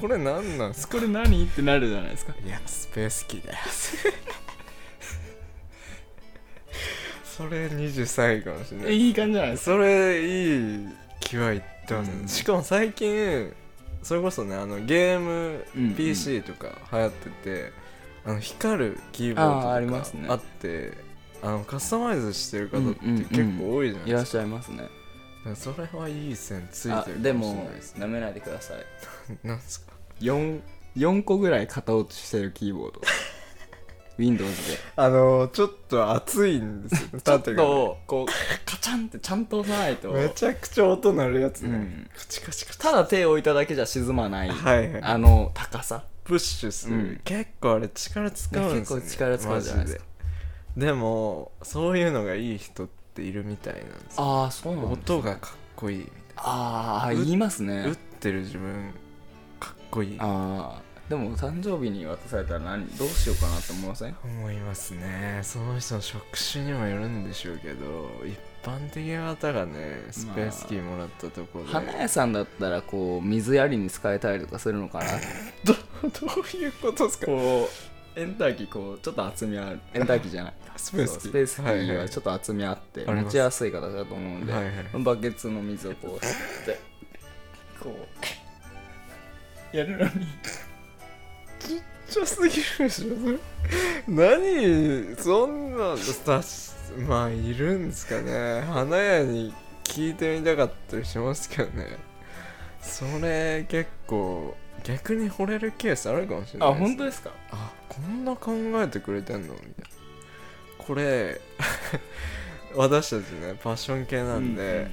[SPEAKER 1] これ何なんすか
[SPEAKER 2] これ何ってなるじゃないですか
[SPEAKER 1] いやスペースキーだよそれ23位かもしれない
[SPEAKER 2] いい感じじゃないですか
[SPEAKER 1] それいい気はいってますね、
[SPEAKER 2] うん
[SPEAKER 1] しかも最近それこそねあのゲーム
[SPEAKER 2] うんうん
[SPEAKER 1] PC とか流行ってて、あの光るキーボ
[SPEAKER 2] あーあり
[SPEAKER 1] ード
[SPEAKER 2] ま
[SPEAKER 1] と
[SPEAKER 2] す
[SPEAKER 1] か
[SPEAKER 2] ね
[SPEAKER 1] あってあのカスタマイズしてる方って
[SPEAKER 2] うんうんうん
[SPEAKER 1] 結構多いじゃない
[SPEAKER 2] い
[SPEAKER 1] で
[SPEAKER 2] らっ
[SPEAKER 1] す
[SPEAKER 2] しゃいますね
[SPEAKER 1] か,、それはいい線つい
[SPEAKER 2] あ
[SPEAKER 1] てる
[SPEAKER 2] で
[SPEAKER 1] かもしれ
[SPEAKER 2] も
[SPEAKER 1] ないですね
[SPEAKER 2] なめないでください
[SPEAKER 1] なんですか
[SPEAKER 2] 4, 4個ぐらい型落ちしてるキー ボード Windows で
[SPEAKER 1] あのちょっと熱いん ですよね
[SPEAKER 2] ちょっ
[SPEAKER 1] 縦がね
[SPEAKER 2] とこうカチャンってちゃんと押さないと
[SPEAKER 1] めちゃくちゃ音鳴るやつね、
[SPEAKER 2] うん
[SPEAKER 1] カチカチカチ
[SPEAKER 2] ただ手を置いただけじゃ沈まない、
[SPEAKER 1] はいはい
[SPEAKER 2] あの高さ
[SPEAKER 1] プッシュする、
[SPEAKER 2] うん
[SPEAKER 1] 結構あれ力使うんですよ、ね、
[SPEAKER 2] 結構力使うじゃないですか
[SPEAKER 1] マジででもそういうのがいい人っているみたいなんですよ
[SPEAKER 2] ああそうなん
[SPEAKER 1] 音がかっこいいみ
[SPEAKER 2] ああ
[SPEAKER 1] う
[SPEAKER 2] 言います
[SPEAKER 1] たいな打
[SPEAKER 2] ね
[SPEAKER 1] ってる自分かっこいい
[SPEAKER 2] ああでも誕生日に渡されたら何どうしようかなって思いません
[SPEAKER 1] 思いますねその人の職種にもよるんでしょうけど一般的な方がねスペースキーもらったところで、
[SPEAKER 2] 花屋さんだったらこう水やりに使えたりとかするのかな
[SPEAKER 1] どどういうことですか
[SPEAKER 2] こうエンターキーこうちょっと厚みあるエンターキーじゃない
[SPEAKER 1] ス
[SPEAKER 2] そうスペースキ
[SPEAKER 1] はい
[SPEAKER 2] ー
[SPEAKER 1] は
[SPEAKER 2] はいちょっと厚みあって
[SPEAKER 1] あります
[SPEAKER 2] 持ちやすい形だと思うんで、
[SPEAKER 1] はいはい
[SPEAKER 2] バケツの水をこう吸ってこうやるのに
[SPEAKER 1] ちっちゃすぎるでしょ何そんなだしまあいるんですかね花屋に聞いてみたかったりしますけどねそれ結構逆に惚れるケースあるかもしれない
[SPEAKER 2] あ本当ですすか
[SPEAKER 1] あこんな考えてくれてんのみたいな これ私たちねパッション系なんで、
[SPEAKER 2] うんうん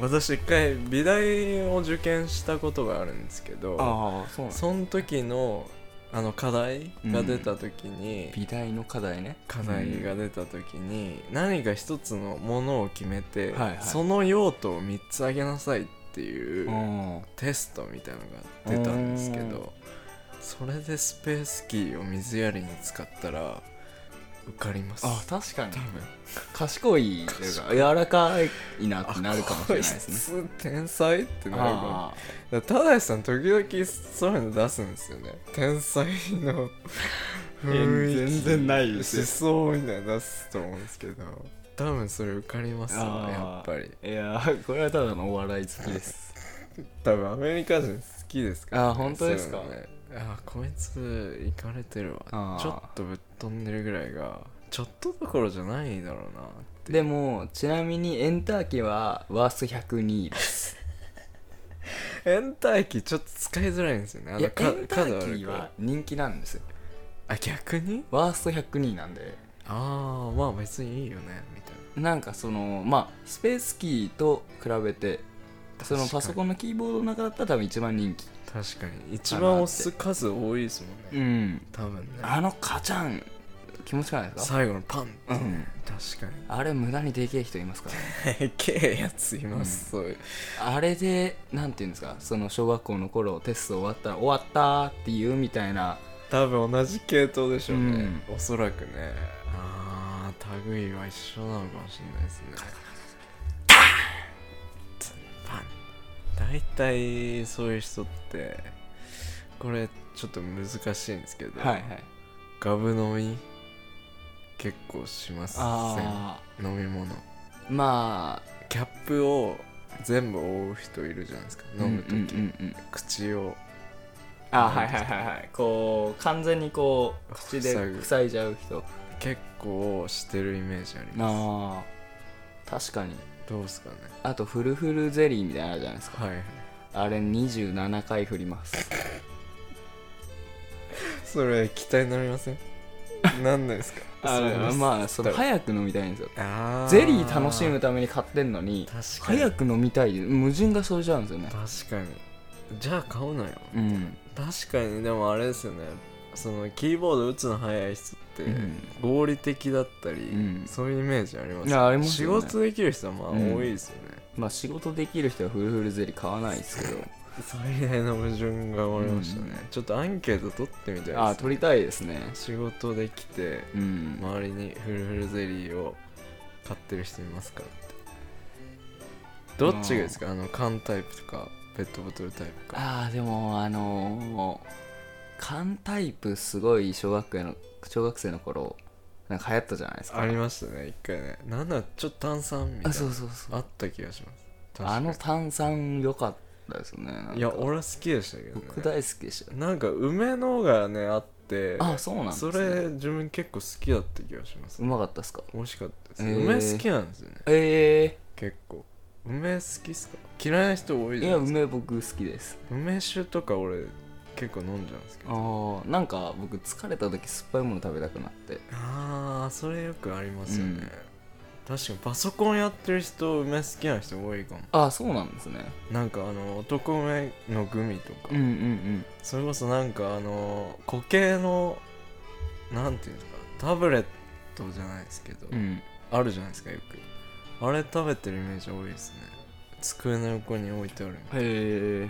[SPEAKER 1] 私一回美大を受験したことがあるんですけど
[SPEAKER 2] ああそうなんだ
[SPEAKER 1] その時のあの課題が出た時に、
[SPEAKER 2] 美大の課題ね
[SPEAKER 1] 課題が出た時に、何か一つのものを決めて、
[SPEAKER 2] はいはい
[SPEAKER 1] その用途を3つあげなさいっていううんテストみたいなのが出たんですけどそれでスペースキーを水やりに使ったら受かります
[SPEAKER 2] あ確かに
[SPEAKER 1] 多分
[SPEAKER 2] 賢いというか柔らかいなってなるかもしれないですね
[SPEAKER 1] ね天才ってなるかも
[SPEAKER 2] あ
[SPEAKER 1] だからただしさん時々そういうの出すんですよね天才の雰囲気
[SPEAKER 2] え全然ないですよ
[SPEAKER 1] 思想みたいなの出すと思うんですけど多分それ受かりますよ
[SPEAKER 2] あー
[SPEAKER 1] やっぱり
[SPEAKER 2] ーいやーこれはただのお笑い好きです
[SPEAKER 1] 多分アメリカ人好きですから、
[SPEAKER 2] あー本当ですか
[SPEAKER 1] そういうのね、あーこいついかれてる
[SPEAKER 2] あ
[SPEAKER 1] わ
[SPEAKER 2] ー
[SPEAKER 1] ちょっとぶっ飛んでるぐらいがちょっとどころじゃないだろうなって
[SPEAKER 2] でもちなみにエンターキはワースト102です
[SPEAKER 1] エンターキーちょっと使いづらいんですよねあ
[SPEAKER 2] いやエ
[SPEAKER 1] か
[SPEAKER 2] ンターキ
[SPEAKER 1] 角あるから
[SPEAKER 2] は人気なんですよ
[SPEAKER 1] あ逆に
[SPEAKER 2] ワースト102なんで
[SPEAKER 1] ああまあ別にいいよねみたいな
[SPEAKER 2] なんかそのまあスペースキーと比べてそのパソコ
[SPEAKER 1] ン
[SPEAKER 2] ンのキーボードの中だったら多分一番人気
[SPEAKER 1] 確かに一番押す数多いですもんね、
[SPEAKER 2] うん
[SPEAKER 1] 多分ね
[SPEAKER 2] あのカチャン気持ちがないですか
[SPEAKER 1] 最後のパンって、
[SPEAKER 2] うん
[SPEAKER 1] 確かに
[SPEAKER 2] あれ無駄にでけえ人いますからね
[SPEAKER 1] でっ けえやついます、そういう
[SPEAKER 2] あれでなんていうんですかその小学校の頃テスト終わったら終わったっていうみたいな
[SPEAKER 1] 多分同じ系統でしょうね、おそらくねああ類は一緒なのかもしれないですねパン大体そういう人ってこれちょっと難しいんですけど、
[SPEAKER 2] い
[SPEAKER 1] ガブ飲み結構します
[SPEAKER 2] あ
[SPEAKER 1] 飲み物
[SPEAKER 2] あまあ
[SPEAKER 1] キャップを全部覆う人いるじゃないですか飲む時、
[SPEAKER 2] うんうんうんうん
[SPEAKER 1] 口を
[SPEAKER 2] あーはいはいはいはいこう完全にこう口で
[SPEAKER 1] 塞ぐ
[SPEAKER 2] 塞いじゃう人
[SPEAKER 1] 結構してるイメージありま
[SPEAKER 2] ああ確かに
[SPEAKER 1] すどうですかね
[SPEAKER 2] あとフルフルゼリーみたいなのあるじゃないですか
[SPEAKER 1] はい
[SPEAKER 2] あれ27回振ります
[SPEAKER 1] それ期待になりませんなんないですか
[SPEAKER 2] あのまあその
[SPEAKER 1] い
[SPEAKER 2] 早く飲みたいんですよ
[SPEAKER 1] あ
[SPEAKER 2] ゼリー楽しむために買ってんのに
[SPEAKER 1] 確かに
[SPEAKER 2] 早く飲みたい矛盾が生じちゃうんですよね
[SPEAKER 1] 確かにじゃあ買うなよ
[SPEAKER 2] うん
[SPEAKER 1] 確かにでもあれですよねそのキーボード打つの早い人って
[SPEAKER 2] うん
[SPEAKER 1] 合理的だったり、
[SPEAKER 2] ん
[SPEAKER 1] そういうイメージあります
[SPEAKER 2] いやあります
[SPEAKER 1] 仕
[SPEAKER 2] よね
[SPEAKER 1] 事できる人はまあ
[SPEAKER 2] うん
[SPEAKER 1] 多いですよね、
[SPEAKER 2] まあ仕事できる人はフルフルゼリー買わないですけど
[SPEAKER 1] 最大の矛盾が生まれましたね、
[SPEAKER 2] う
[SPEAKER 1] ちょっとアンケート取ってみたいです、
[SPEAKER 2] ああ取りたいですね
[SPEAKER 1] 仕事できて
[SPEAKER 2] うん、
[SPEAKER 1] 周りにフルフルゼリーを買ってる人いますかってどっちがいいですかあの缶タイプとかペットボトルタイプか
[SPEAKER 2] ああでもあのー缶タイプすごい小学生の小学生の頃なんか流行ったじゃないですか
[SPEAKER 1] ありましたね一回ねなんだちょっと炭酸みたい
[SPEAKER 2] あ
[SPEAKER 1] な
[SPEAKER 2] そうそうそう
[SPEAKER 1] あった気がします確か
[SPEAKER 2] あ
[SPEAKER 1] に
[SPEAKER 2] の炭酸良かったですよねなんか
[SPEAKER 1] いや俺は好きでしたけど
[SPEAKER 2] 僕
[SPEAKER 1] ね
[SPEAKER 2] 大好きでした
[SPEAKER 1] なんか梅のがねあって
[SPEAKER 2] あそうなんです
[SPEAKER 1] そ
[SPEAKER 2] ね
[SPEAKER 1] れ自分結構好きだった気がします
[SPEAKER 2] うまかったっすか
[SPEAKER 1] 美味しかったです、
[SPEAKER 2] へー
[SPEAKER 1] 梅好きなんですよね
[SPEAKER 2] え
[SPEAKER 1] 結構梅好きっすか嫌いな人多
[SPEAKER 2] え
[SPEAKER 1] い
[SPEAKER 2] い
[SPEAKER 1] じゃない
[SPEAKER 2] や
[SPEAKER 1] ですか
[SPEAKER 2] 梅僕好きです
[SPEAKER 1] 梅酒とか俺結構飲んじゃうんですけど
[SPEAKER 2] ああなんか僕疲れた時酸っぱいもの食べたくなって
[SPEAKER 1] あーそれよくありますよね、確かにパソコンやってる人梅好きな人多いかも
[SPEAKER 2] ああそうなんですね
[SPEAKER 1] なんかあの男梅のグミとか、
[SPEAKER 2] うんうん
[SPEAKER 1] それこそなんかあの固形のなんていうんですかタブレットじゃないですけど、
[SPEAKER 2] うんうん
[SPEAKER 1] あるじゃないですかよくあれ食べてるイメージ多いですね机の横に置いてあるみたい
[SPEAKER 2] へえ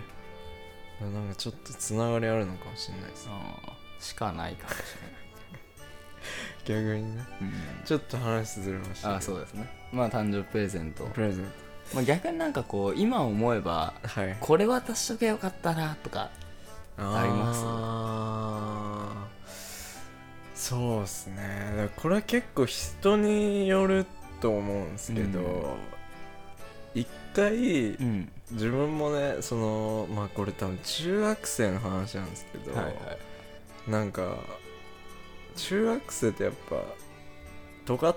[SPEAKER 1] ななんかちょっとつながりあるのかもしれないですね
[SPEAKER 2] ああしかないかもし
[SPEAKER 1] 逆にね
[SPEAKER 2] れない、
[SPEAKER 1] ちょっと話ずれました
[SPEAKER 2] あ
[SPEAKER 1] ね
[SPEAKER 2] あそうですねまあ誕生日プレゼント、
[SPEAKER 1] プレゼン
[SPEAKER 2] まあ、逆になんかこう今思えば
[SPEAKER 1] トはい
[SPEAKER 2] これ渡しとけよかったなとかあります
[SPEAKER 1] あーそうっすねだからこれは結構人によると思うんですけ
[SPEAKER 2] う
[SPEAKER 1] ど一、回
[SPEAKER 2] ん
[SPEAKER 1] 自分もねそのまあこれ多分中学生の話なんですけど、
[SPEAKER 2] はいはい
[SPEAKER 1] なんか中学生ってやっぱ尖っ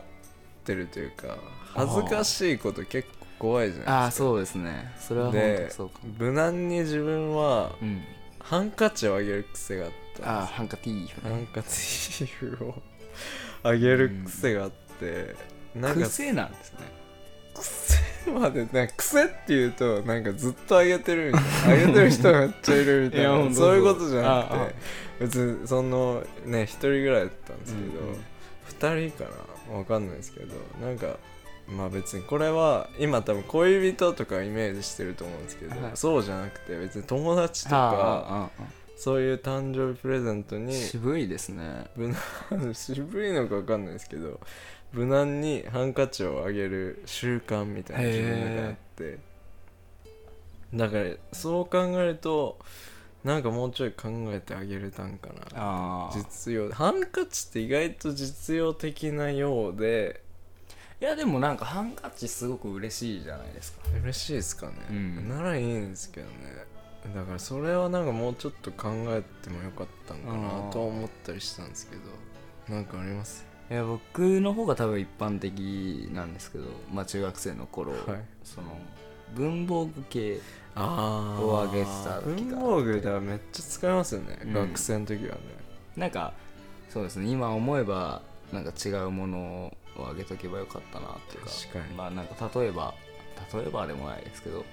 [SPEAKER 1] てるというか恥ずかしいこと結構怖いじゃ
[SPEAKER 2] あ
[SPEAKER 1] ない
[SPEAKER 2] あ
[SPEAKER 1] ですか
[SPEAKER 2] そうですねそれは本当に
[SPEAKER 1] で
[SPEAKER 2] そうかも
[SPEAKER 1] 無難に自分は
[SPEAKER 2] うん
[SPEAKER 1] ハンカチをあげる癖があったんですよ
[SPEAKER 2] ああハンカティーフ
[SPEAKER 1] な
[SPEAKER 2] ね
[SPEAKER 1] んかチーフをあげる癖があって、なんか
[SPEAKER 2] 癖なんですね
[SPEAKER 1] 癖まあでなんか癖っていうとなんかずっと上げてるみたい な上げてる人めっちゃいるみたい
[SPEAKER 2] いやほ
[SPEAKER 1] なん
[SPEAKER 2] と
[SPEAKER 1] そういうことじゃな
[SPEAKER 2] ああ
[SPEAKER 1] くて別にそのね一人ぐらいだったんですけど、
[SPEAKER 2] うんうん
[SPEAKER 1] 二人かなわかんないですけどなんかまあ別にこれは今多分恋人とかイメージしてると思うんですけど、
[SPEAKER 2] はい
[SPEAKER 1] そうじゃなくて別に友達とか
[SPEAKER 2] あああ
[SPEAKER 1] そういう誕生日プレゼントに
[SPEAKER 2] 渋いですね
[SPEAKER 1] 無難 渋いのかわかんないですけど無難にハンカチをあげる習慣みたいな自分の中にあってだからそう考えるとなんかもうちょい考えてあげれたんかな
[SPEAKER 2] ああ
[SPEAKER 1] 実用ハンカチって意外と実用的なようで
[SPEAKER 2] いやでもなんかハンカチすごく嬉しいじゃないですか
[SPEAKER 1] 嬉しいですかね、
[SPEAKER 2] うん
[SPEAKER 1] ならいいんですけどねだからそれはなんかもうちょっと考えてもよかったんかなとは思ったりしたんですけどなんかあります
[SPEAKER 2] いや僕の方が多分一般的なんですけどまあ中学生の頃、
[SPEAKER 1] はい
[SPEAKER 2] その文房具系
[SPEAKER 1] あ
[SPEAKER 2] をあげてた時が
[SPEAKER 1] 文房具だからめっちゃ使いますよね、
[SPEAKER 2] うん
[SPEAKER 1] 学生の時はね
[SPEAKER 2] なんかそうですね今思えばなんか違うものをあげとけばよかったなっていうか
[SPEAKER 1] 確かに
[SPEAKER 2] まあなんか例えば例えばでもないですけど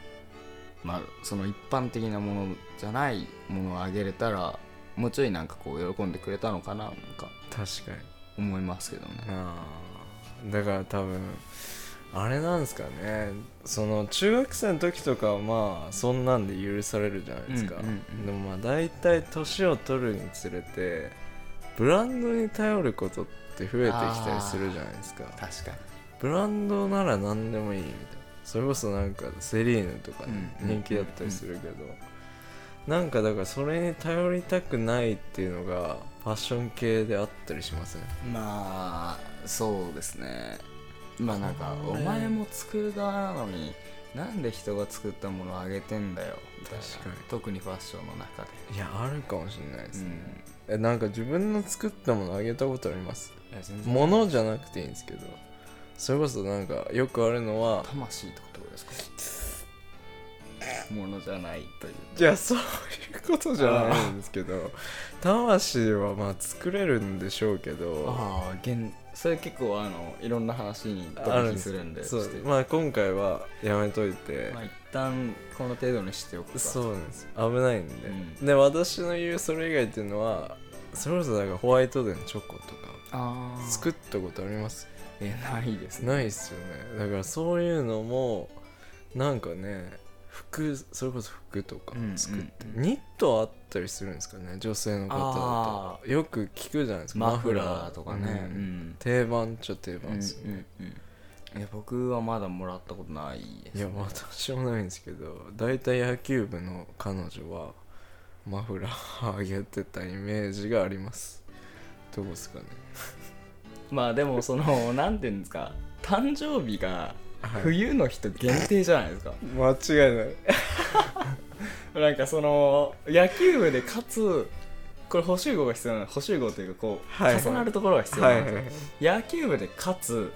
[SPEAKER 2] まあその一般的なものじゃないものをあげれたらもうちょいなんかこう喜んでくれたのかななんか
[SPEAKER 1] 確かに
[SPEAKER 2] 思いますけどね
[SPEAKER 1] あーだから多分あれなんですかねその中学生の時とかはまあそんなんで許されるじゃないですか、
[SPEAKER 2] うんうんうん
[SPEAKER 1] でもまあ大体年を取るにつれてブランドに頼ることって増えてきたりするじゃないですか
[SPEAKER 2] 確か
[SPEAKER 1] ブランドなら何でもいいみたいなそれこそなんかセリーヌとかね
[SPEAKER 2] うん
[SPEAKER 1] 人気だったりするけどなんかだからそれに頼りたくないっていうのがファッション系であったりしますね
[SPEAKER 2] にまあそうですねまあなんか
[SPEAKER 1] あー
[SPEAKER 2] お前も作る側なのになんで人が作ったものをあげてんだよみたいな
[SPEAKER 1] 確かに
[SPEAKER 2] 特にファッションの中で
[SPEAKER 1] いやあるかもしれないで
[SPEAKER 2] う
[SPEAKER 1] すね、
[SPEAKER 2] ん
[SPEAKER 1] えなんか自分の作ったものあげたことあります
[SPEAKER 2] いや全然
[SPEAKER 1] 物じゃなくていいんですけどそれこそなんかよくあるのは
[SPEAKER 2] 魂ってことですかものじゃないという
[SPEAKER 1] いやそういうことじゃないんですけど魂はまあ作れるんでしょうけど
[SPEAKER 2] ああ現それ結構あのいろんな話に
[SPEAKER 1] あるん
[SPEAKER 2] 飛び
[SPEAKER 1] で
[SPEAKER 2] つ
[SPEAKER 1] す
[SPEAKER 2] るんで
[SPEAKER 1] そう
[SPEAKER 2] ちょっと
[SPEAKER 1] まあ今回はやめといて、
[SPEAKER 2] まあ一旦この程度にしておくか
[SPEAKER 1] そうなんです危ないんで、
[SPEAKER 2] うん
[SPEAKER 1] で私の言うそれ以外っていうのはそれこそだからホワイトデーのチョコとか
[SPEAKER 2] ああ
[SPEAKER 1] 作ったことあります
[SPEAKER 2] えないですね
[SPEAKER 1] ないっすよねだからそういうのもなんかね服それこそ服とか作って、
[SPEAKER 2] うんうんうん
[SPEAKER 1] ニットあったりするんですかね女性の方だ
[SPEAKER 2] あ
[SPEAKER 1] とよく聞くじゃないですか
[SPEAKER 2] マフラーとかね
[SPEAKER 1] う
[SPEAKER 2] うんん
[SPEAKER 1] 定番っちゃ定
[SPEAKER 2] うん
[SPEAKER 1] 番
[SPEAKER 2] う
[SPEAKER 1] ですよね、
[SPEAKER 2] んうんいや僕はまだもらったことないです
[SPEAKER 1] いや私もないんですけど大体野球部の彼女はマフラーあげてたイメージがありますどうですかね
[SPEAKER 2] まあでもそのなんていうんですか誕生日が
[SPEAKER 1] はい
[SPEAKER 2] 冬の人限定じゃないですか
[SPEAKER 1] 間違いない
[SPEAKER 2] なんかその野球部でかつこれ補集合が必要なの補集合というかこう、
[SPEAKER 1] はいはい
[SPEAKER 2] 重なるところが必要
[SPEAKER 1] は
[SPEAKER 2] ないんで
[SPEAKER 1] は
[SPEAKER 2] す
[SPEAKER 1] い
[SPEAKER 2] よ、野球部でかつ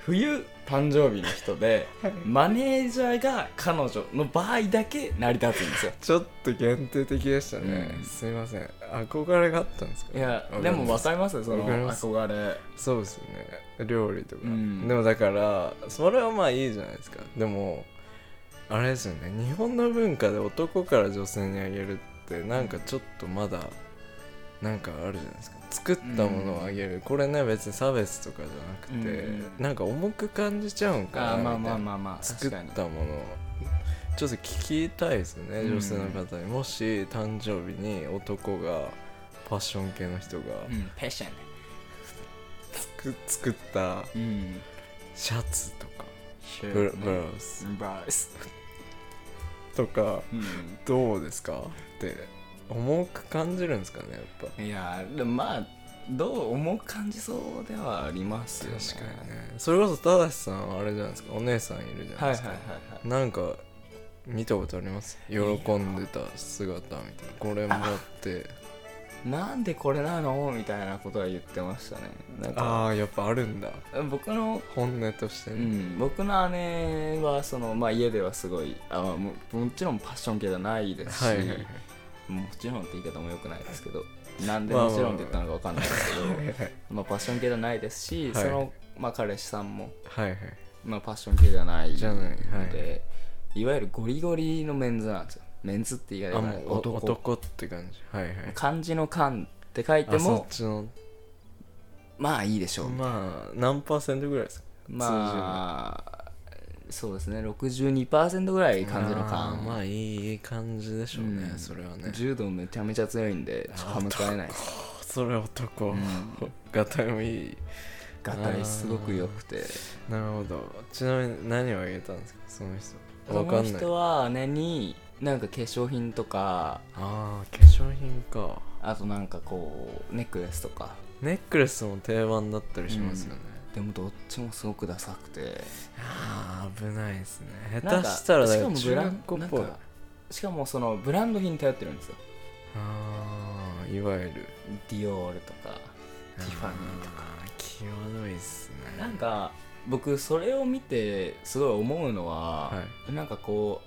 [SPEAKER 2] 冬誕生日の人で、マネージャーが彼女の場合だけ成り立つんですよ
[SPEAKER 1] ちょっと限定的でしたね、
[SPEAKER 2] うん
[SPEAKER 1] すいません憧れがあったんですか
[SPEAKER 2] い
[SPEAKER 1] ねわ
[SPEAKER 2] や
[SPEAKER 1] かんな
[SPEAKER 2] でも分
[SPEAKER 1] す
[SPEAKER 2] かりますよその
[SPEAKER 1] わかります
[SPEAKER 2] 憧れ
[SPEAKER 1] そうですね料理とか、
[SPEAKER 2] うん
[SPEAKER 1] でもだからそれはまあいいじゃないですかでもあれですよね日本の文化で男から女性にあげるってなんかちょっとまだなんかあるじゃないですか作ったものをあげる、これね別に差別とかじゃなくて、
[SPEAKER 2] うん
[SPEAKER 1] なんか重く感じちゃうんかなみたいな
[SPEAKER 2] あま
[SPEAKER 1] 作ったものをちょっと聞きたいですね
[SPEAKER 2] うん
[SPEAKER 1] 女性の方に、もし誕生日に男がファッション系の人が
[SPEAKER 2] うんペッションね
[SPEAKER 1] 作作った
[SPEAKER 2] うん
[SPEAKER 1] シャツとか
[SPEAKER 2] シ
[SPEAKER 1] ブラブラウス
[SPEAKER 2] ラウス
[SPEAKER 1] とか
[SPEAKER 2] うん
[SPEAKER 1] どうですかって重く感じるんですかねやっぱ
[SPEAKER 2] いやでもまあどう重く感じそうではありますよね
[SPEAKER 1] 確かにねそれこそ正さんはあれじゃないですかお姉さんいるじゃないで
[SPEAKER 2] はいはい
[SPEAKER 1] すか、
[SPEAKER 2] はいはい
[SPEAKER 1] なんか見たことあります喜んでた姿みたいなこれもらって
[SPEAKER 2] なんでこれなのみたいなことは言ってましたねなん
[SPEAKER 1] あ
[SPEAKER 2] か
[SPEAKER 1] あーやっぱあるんだ
[SPEAKER 2] 僕の、
[SPEAKER 1] 本音として
[SPEAKER 2] う
[SPEAKER 1] ね、
[SPEAKER 2] ん、僕の姉はその、まあ、家ではすごいあももちろんパッション系じゃないですし、
[SPEAKER 1] はいはいはい
[SPEAKER 2] もちろんって言い方も良くないですけどなんで
[SPEAKER 1] まあまあ
[SPEAKER 2] もちろんって言ったのか分かんないですけど、まあ、パッション系じゃないですし、
[SPEAKER 1] はい
[SPEAKER 2] その、まあ、彼氏さんも
[SPEAKER 1] はいはい
[SPEAKER 2] まあ、ファッション系じゃないので、
[SPEAKER 1] じゃないはい
[SPEAKER 2] わゆるゴリゴリのメンズなんですよメンズって言い
[SPEAKER 1] あ
[SPEAKER 2] 方が
[SPEAKER 1] もうお
[SPEAKER 2] 男
[SPEAKER 1] 男って感じはいはい
[SPEAKER 2] 漢字の漢って書いて
[SPEAKER 1] あそ
[SPEAKER 2] も
[SPEAKER 1] っちの
[SPEAKER 2] まあいいでしょう、
[SPEAKER 1] まあ何パーセントぐらいですか
[SPEAKER 2] まあそうですね62%ぐらい漢字の
[SPEAKER 1] あー
[SPEAKER 2] 漢
[SPEAKER 1] まあいい感じでしょうね、
[SPEAKER 2] うん
[SPEAKER 1] それはね
[SPEAKER 2] 柔道めちゃめちゃ強いんでちょっと歯向かえないです
[SPEAKER 1] それは男、
[SPEAKER 2] うん
[SPEAKER 1] がたいもいい
[SPEAKER 2] がたいすごく良くて
[SPEAKER 1] なるほどちなみに何をあげたんですかその人
[SPEAKER 2] そ
[SPEAKER 1] わか
[SPEAKER 2] の
[SPEAKER 1] んない
[SPEAKER 2] 人は姉になんか化粧品とか
[SPEAKER 1] ああ化粧品か
[SPEAKER 2] あとなんかこうネックレスとか
[SPEAKER 1] ネックレスも定番だったりしますよね、
[SPEAKER 2] でもどっちもすごくダサくて
[SPEAKER 1] ああ危ないですね
[SPEAKER 2] な
[SPEAKER 1] 下
[SPEAKER 2] ん
[SPEAKER 1] 手
[SPEAKER 2] か
[SPEAKER 1] したら
[SPEAKER 2] し
[SPEAKER 1] だ
[SPEAKER 2] か
[SPEAKER 1] から
[SPEAKER 2] もブ
[SPEAKER 1] 中
[SPEAKER 2] ラ
[SPEAKER 1] 学
[SPEAKER 2] ン
[SPEAKER 1] 校っぽい
[SPEAKER 2] なんかしかもそのブランド品に頼ってるんですよ
[SPEAKER 1] ああいわゆる
[SPEAKER 2] ディオールとかティファニーとか
[SPEAKER 1] あー際どいっすね
[SPEAKER 2] なんか僕それを見てすごい思うのは、
[SPEAKER 1] は
[SPEAKER 2] なんかこ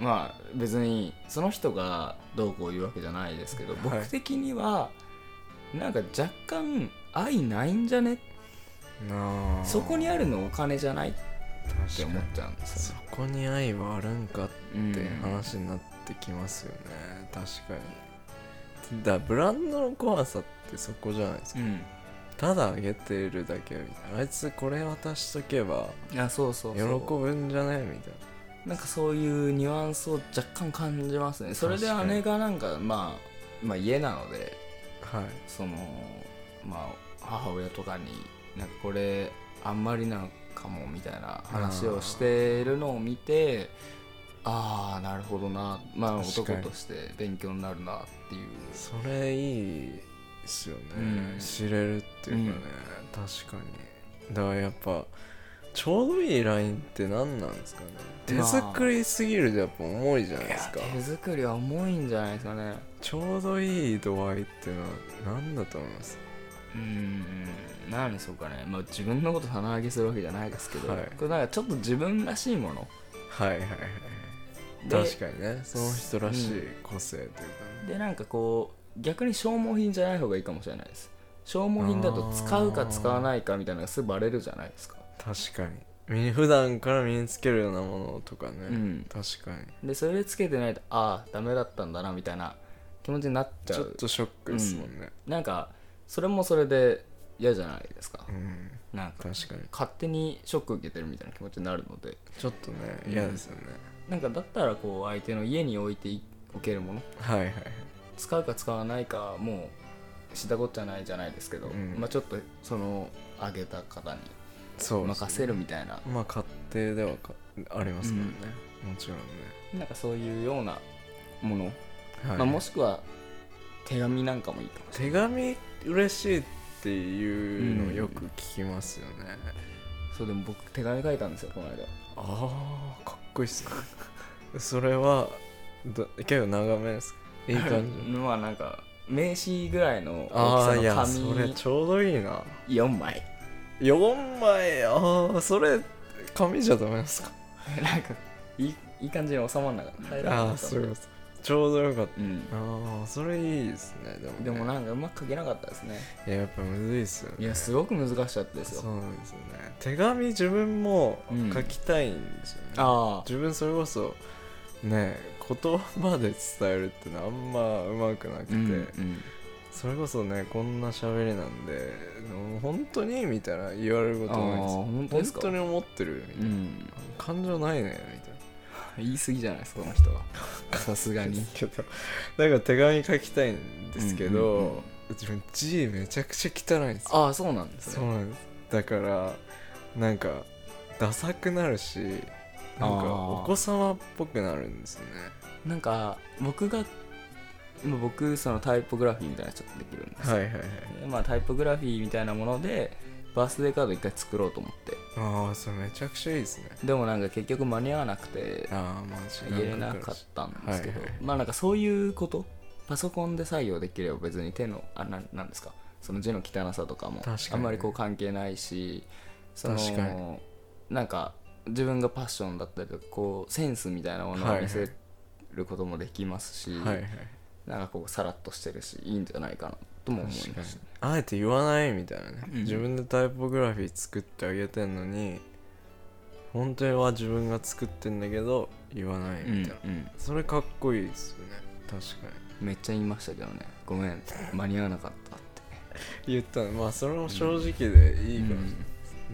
[SPEAKER 2] うまあ別にその人がどうこう言うわけじゃないですけど
[SPEAKER 1] はい
[SPEAKER 2] 僕的には、なんか若干愛ないんじゃね
[SPEAKER 1] なあ
[SPEAKER 2] そこにあるのお金じゃないっ
[SPEAKER 1] 確
[SPEAKER 2] て
[SPEAKER 1] かに
[SPEAKER 2] 思っちゃうんです
[SPEAKER 1] そ
[SPEAKER 2] よね
[SPEAKER 1] こに愛はあるんかっ
[SPEAKER 2] うん
[SPEAKER 1] て話になってきますよね、確かにだからブランドの怖さってそこじゃないです
[SPEAKER 2] う
[SPEAKER 1] か、
[SPEAKER 2] ん
[SPEAKER 1] ただあげてるだけみたいなあいつこれ渡しとけば
[SPEAKER 2] あそうそう
[SPEAKER 1] 喜
[SPEAKER 2] そう
[SPEAKER 1] ぶんじゃないみたい
[SPEAKER 2] なんかそういうニュアンスを若干感じますねそれで
[SPEAKER 1] 確かに
[SPEAKER 2] 姉がなんか、まあ、まあ家なので
[SPEAKER 1] なはい
[SPEAKER 2] そのまあ母親とかになんかこれあんまりなのかもみたいな話をしてるのを見てああなるほどなまあ
[SPEAKER 1] 確
[SPEAKER 2] 男
[SPEAKER 1] かに
[SPEAKER 2] として勉強になるなっていう
[SPEAKER 1] それいいっすよね、
[SPEAKER 2] うん
[SPEAKER 1] 知れるっていうかね、確かにだからやっぱちょうどいいラインって何なんですかね手作りすぎるとやっぱ重いじゃないですか、
[SPEAKER 2] 手作りは重いんじゃないですかね
[SPEAKER 1] ちょうどいい度合いっていうのは何だと思います
[SPEAKER 2] うん何でしょうかね、まあ、自分のこと棚上げするわけじゃないですけど、
[SPEAKER 1] はい
[SPEAKER 2] これなんかちょっと自分らしいもの
[SPEAKER 1] はいはいはい
[SPEAKER 2] で
[SPEAKER 1] 確かにねその人らしい
[SPEAKER 2] うん
[SPEAKER 1] 個性というかね、
[SPEAKER 2] でなんかこう逆に消耗品じゃない方がいいかもしれないです消耗品だと使うか使わないかみたいなのがすぐバレるじゃないですか
[SPEAKER 1] 確かにみ普段から身につけるようなものとかね、
[SPEAKER 2] うん
[SPEAKER 1] 確かに
[SPEAKER 2] でそれつけてないとああダメだったんだなみたいな気持ちになっちゃ
[SPEAKER 1] ちょっ
[SPEAKER 2] う
[SPEAKER 1] とショックですもんね
[SPEAKER 2] なんかそれもそれで嫌じゃないですか
[SPEAKER 1] うん、
[SPEAKER 2] なんか
[SPEAKER 1] 確かに
[SPEAKER 2] 勝手にショック受けてるみたいな気持ちになるので
[SPEAKER 1] ちょっとね嫌ですよね、
[SPEAKER 2] なんかだったらこう相手の家に置いておけるもの
[SPEAKER 1] はいはいはい
[SPEAKER 2] 使うか使わないかもう知ったこっちゃないじゃないですけど、
[SPEAKER 1] うん
[SPEAKER 2] まあちょっとそのあげた方に
[SPEAKER 1] そうですね
[SPEAKER 2] 任せるみたいな、
[SPEAKER 1] まあ勝手ではかありますもんね、もちろんね、
[SPEAKER 2] なんかそういうようなもの、
[SPEAKER 1] はい
[SPEAKER 2] まあ、もしくは手紙なんかもいいかもしれ
[SPEAKER 1] 手紙嬉しいっていうの
[SPEAKER 2] うん
[SPEAKER 1] よく聞きますよね、
[SPEAKER 2] ないそうでも僕手紙書いたんですよこの間
[SPEAKER 1] ああかっこいいっすねそれはど結構長めですかいい感じ
[SPEAKER 2] まあなんか名刺ぐらいの
[SPEAKER 1] ああ
[SPEAKER 2] 大き
[SPEAKER 1] い
[SPEAKER 2] さ
[SPEAKER 1] や
[SPEAKER 2] の
[SPEAKER 1] それ
[SPEAKER 2] 紙
[SPEAKER 1] ちょうどいいな
[SPEAKER 2] 4枚
[SPEAKER 1] 4枚ああそれ紙じゃダメですか
[SPEAKER 2] なんかいいいい感じに収まんなかった入らなかった
[SPEAKER 1] ああそういうことちょうどよかった
[SPEAKER 2] うん
[SPEAKER 1] ああそれいいですねでもね
[SPEAKER 2] でもなんかうまく書けなかったですね
[SPEAKER 1] いややっぱむずいっすよね
[SPEAKER 2] いやすごく難しかったです
[SPEAKER 1] そ
[SPEAKER 2] よ
[SPEAKER 1] うなんですよね手紙自分も
[SPEAKER 2] うん
[SPEAKER 1] 書きたいんですよね、
[SPEAKER 2] ああ
[SPEAKER 1] 自分それこそね言葉で伝えるってのはあんまうまくなくて、
[SPEAKER 2] うん
[SPEAKER 1] それこそねこんな喋りなんでもう本当にみたいな言われることないです
[SPEAKER 2] あー本当ですか
[SPEAKER 1] 本当に思ってるみた
[SPEAKER 2] う
[SPEAKER 1] いな、
[SPEAKER 2] ん
[SPEAKER 1] 感情ないねみたいな
[SPEAKER 2] 言い過ぎじゃないですかこの 人はさすがに
[SPEAKER 1] けどなんか手紙書きたいんですけど、
[SPEAKER 2] うんうんうん
[SPEAKER 1] 自分字めちゃくちゃ汚いんですよ
[SPEAKER 2] ああそうなんです
[SPEAKER 1] そう
[SPEAKER 2] ね
[SPEAKER 1] なんですだからなんかダサくなるしなん
[SPEAKER 2] あ
[SPEAKER 1] か
[SPEAKER 2] ー
[SPEAKER 1] お子様っぽくなるんですよね
[SPEAKER 2] なんか僕が今僕そのタイポグラフィーみたいなのちょっとできるんですよ
[SPEAKER 1] はいはいはい
[SPEAKER 2] でまあ、タイポグラフィーみたいなものでバースデーカード一回作ろうと思って
[SPEAKER 1] ああそれめちゃくちゃいいですね
[SPEAKER 2] でもなんか結局間に合わなくて
[SPEAKER 1] ああマジ
[SPEAKER 2] 入れな
[SPEAKER 1] か
[SPEAKER 2] か
[SPEAKER 1] る
[SPEAKER 2] っ
[SPEAKER 1] した
[SPEAKER 2] んですけど、
[SPEAKER 1] はいはい
[SPEAKER 2] まあなんかそういうことパソコンで作業できれば別に手のあななんですかその字の汚さとかも
[SPEAKER 1] 確かにね
[SPEAKER 2] あんまりこう関係ないしその
[SPEAKER 1] 確かに
[SPEAKER 2] なんか自分がパッションだったりとかこうセンスみたいなものを見せることもできますし、
[SPEAKER 1] はいはい
[SPEAKER 2] なんかこうさらっとしてるしいいんじゃないかなとも思い
[SPEAKER 1] 確か
[SPEAKER 2] ま
[SPEAKER 1] に
[SPEAKER 2] した
[SPEAKER 1] あえて言わないみたいなね、
[SPEAKER 2] うん
[SPEAKER 1] 自分でタイポグラフィー作ってあげてんのに本当は自分が作ってんだけど言わないみたいな、
[SPEAKER 2] うん
[SPEAKER 1] それかっこいいですよね確か
[SPEAKER 2] めっちゃ言いましたけどねごめん間に合わなかったって
[SPEAKER 1] に言ったのまあそれも正直でいいかもしれない、
[SPEAKER 2] うん
[SPEAKER 1] だか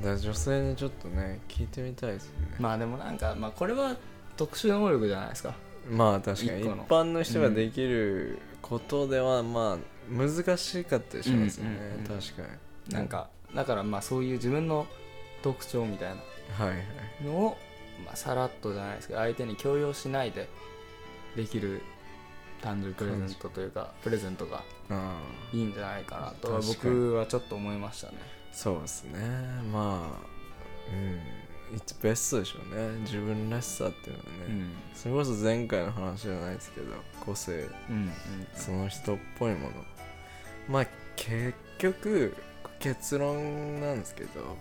[SPEAKER 1] ら女性にちょっとね聞いてみたいですよねま
[SPEAKER 2] まあでもなんか、まあ、これは特殊能力じゃないですか
[SPEAKER 1] あ確かに
[SPEAKER 2] 一
[SPEAKER 1] 一
[SPEAKER 2] 個の
[SPEAKER 1] 般の人ができることではまあ難しかったりしますよね、
[SPEAKER 2] うんうんうん
[SPEAKER 1] 確かに
[SPEAKER 2] なんかだからまあそういう自分の特徴みたいな
[SPEAKER 1] はいはい
[SPEAKER 2] のを、まあ、さらっとじゃないですけど相手に強要しないでできる誕生日プレゼントというかプレゼントが
[SPEAKER 1] ああ
[SPEAKER 2] いいんじゃないかなとは
[SPEAKER 1] 確かに
[SPEAKER 2] 僕はちょっと思いましたね
[SPEAKER 1] そうですねまあうん一ベストでしょうね自分らしさっていうのはね、
[SPEAKER 2] うん
[SPEAKER 1] それこそ前回の話じゃないですけど個性
[SPEAKER 2] うん
[SPEAKER 1] その人っぽいものまあ結局結論なんですけど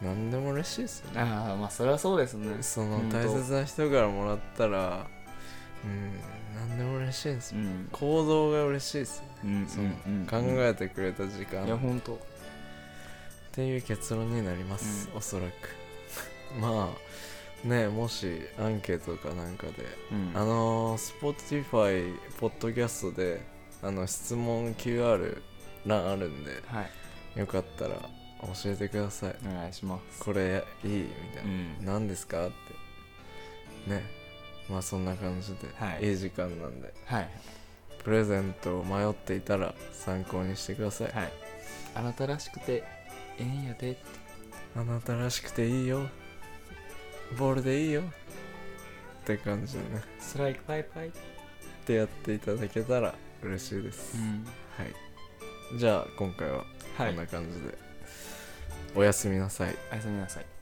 [SPEAKER 1] 何でも嬉しいですよね
[SPEAKER 2] ああまあそれはそうですね
[SPEAKER 1] その
[SPEAKER 2] 本当
[SPEAKER 1] 大切な人からもらったらうん何でも嬉しいんです
[SPEAKER 2] う
[SPEAKER 1] よ
[SPEAKER 2] ん
[SPEAKER 1] 行動が嬉しいですよね
[SPEAKER 2] うん
[SPEAKER 1] その考
[SPEAKER 2] え
[SPEAKER 1] えてくれた時間
[SPEAKER 2] いや本当
[SPEAKER 1] っていう結論になります、
[SPEAKER 2] うん
[SPEAKER 1] おそらく まあねもしアンケートかなんかで、
[SPEAKER 2] うん
[SPEAKER 1] あの Spotify ポッドキャストであの質問 QR 欄あるんで
[SPEAKER 2] はい
[SPEAKER 1] よかったら教えてください
[SPEAKER 2] お願いします
[SPEAKER 1] これいいみたいうな、
[SPEAKER 2] ん
[SPEAKER 1] 何ですかってねまあそんな感じで、
[SPEAKER 2] はい
[SPEAKER 1] いい時間なんで
[SPEAKER 2] はい
[SPEAKER 1] プレゼントを迷っていたら参考にしてください、
[SPEAKER 2] はいあなたらしくてええんやで
[SPEAKER 1] あなたらしくていいよボールでいいよって感じでね
[SPEAKER 2] ストライクパイパイ
[SPEAKER 1] ってやっていただけたら嬉しいです、
[SPEAKER 2] ん
[SPEAKER 1] はいじゃあ今回は
[SPEAKER 2] は
[SPEAKER 1] こ
[SPEAKER 2] い
[SPEAKER 1] んな感じで、おやすみなさい
[SPEAKER 2] おやすみなさい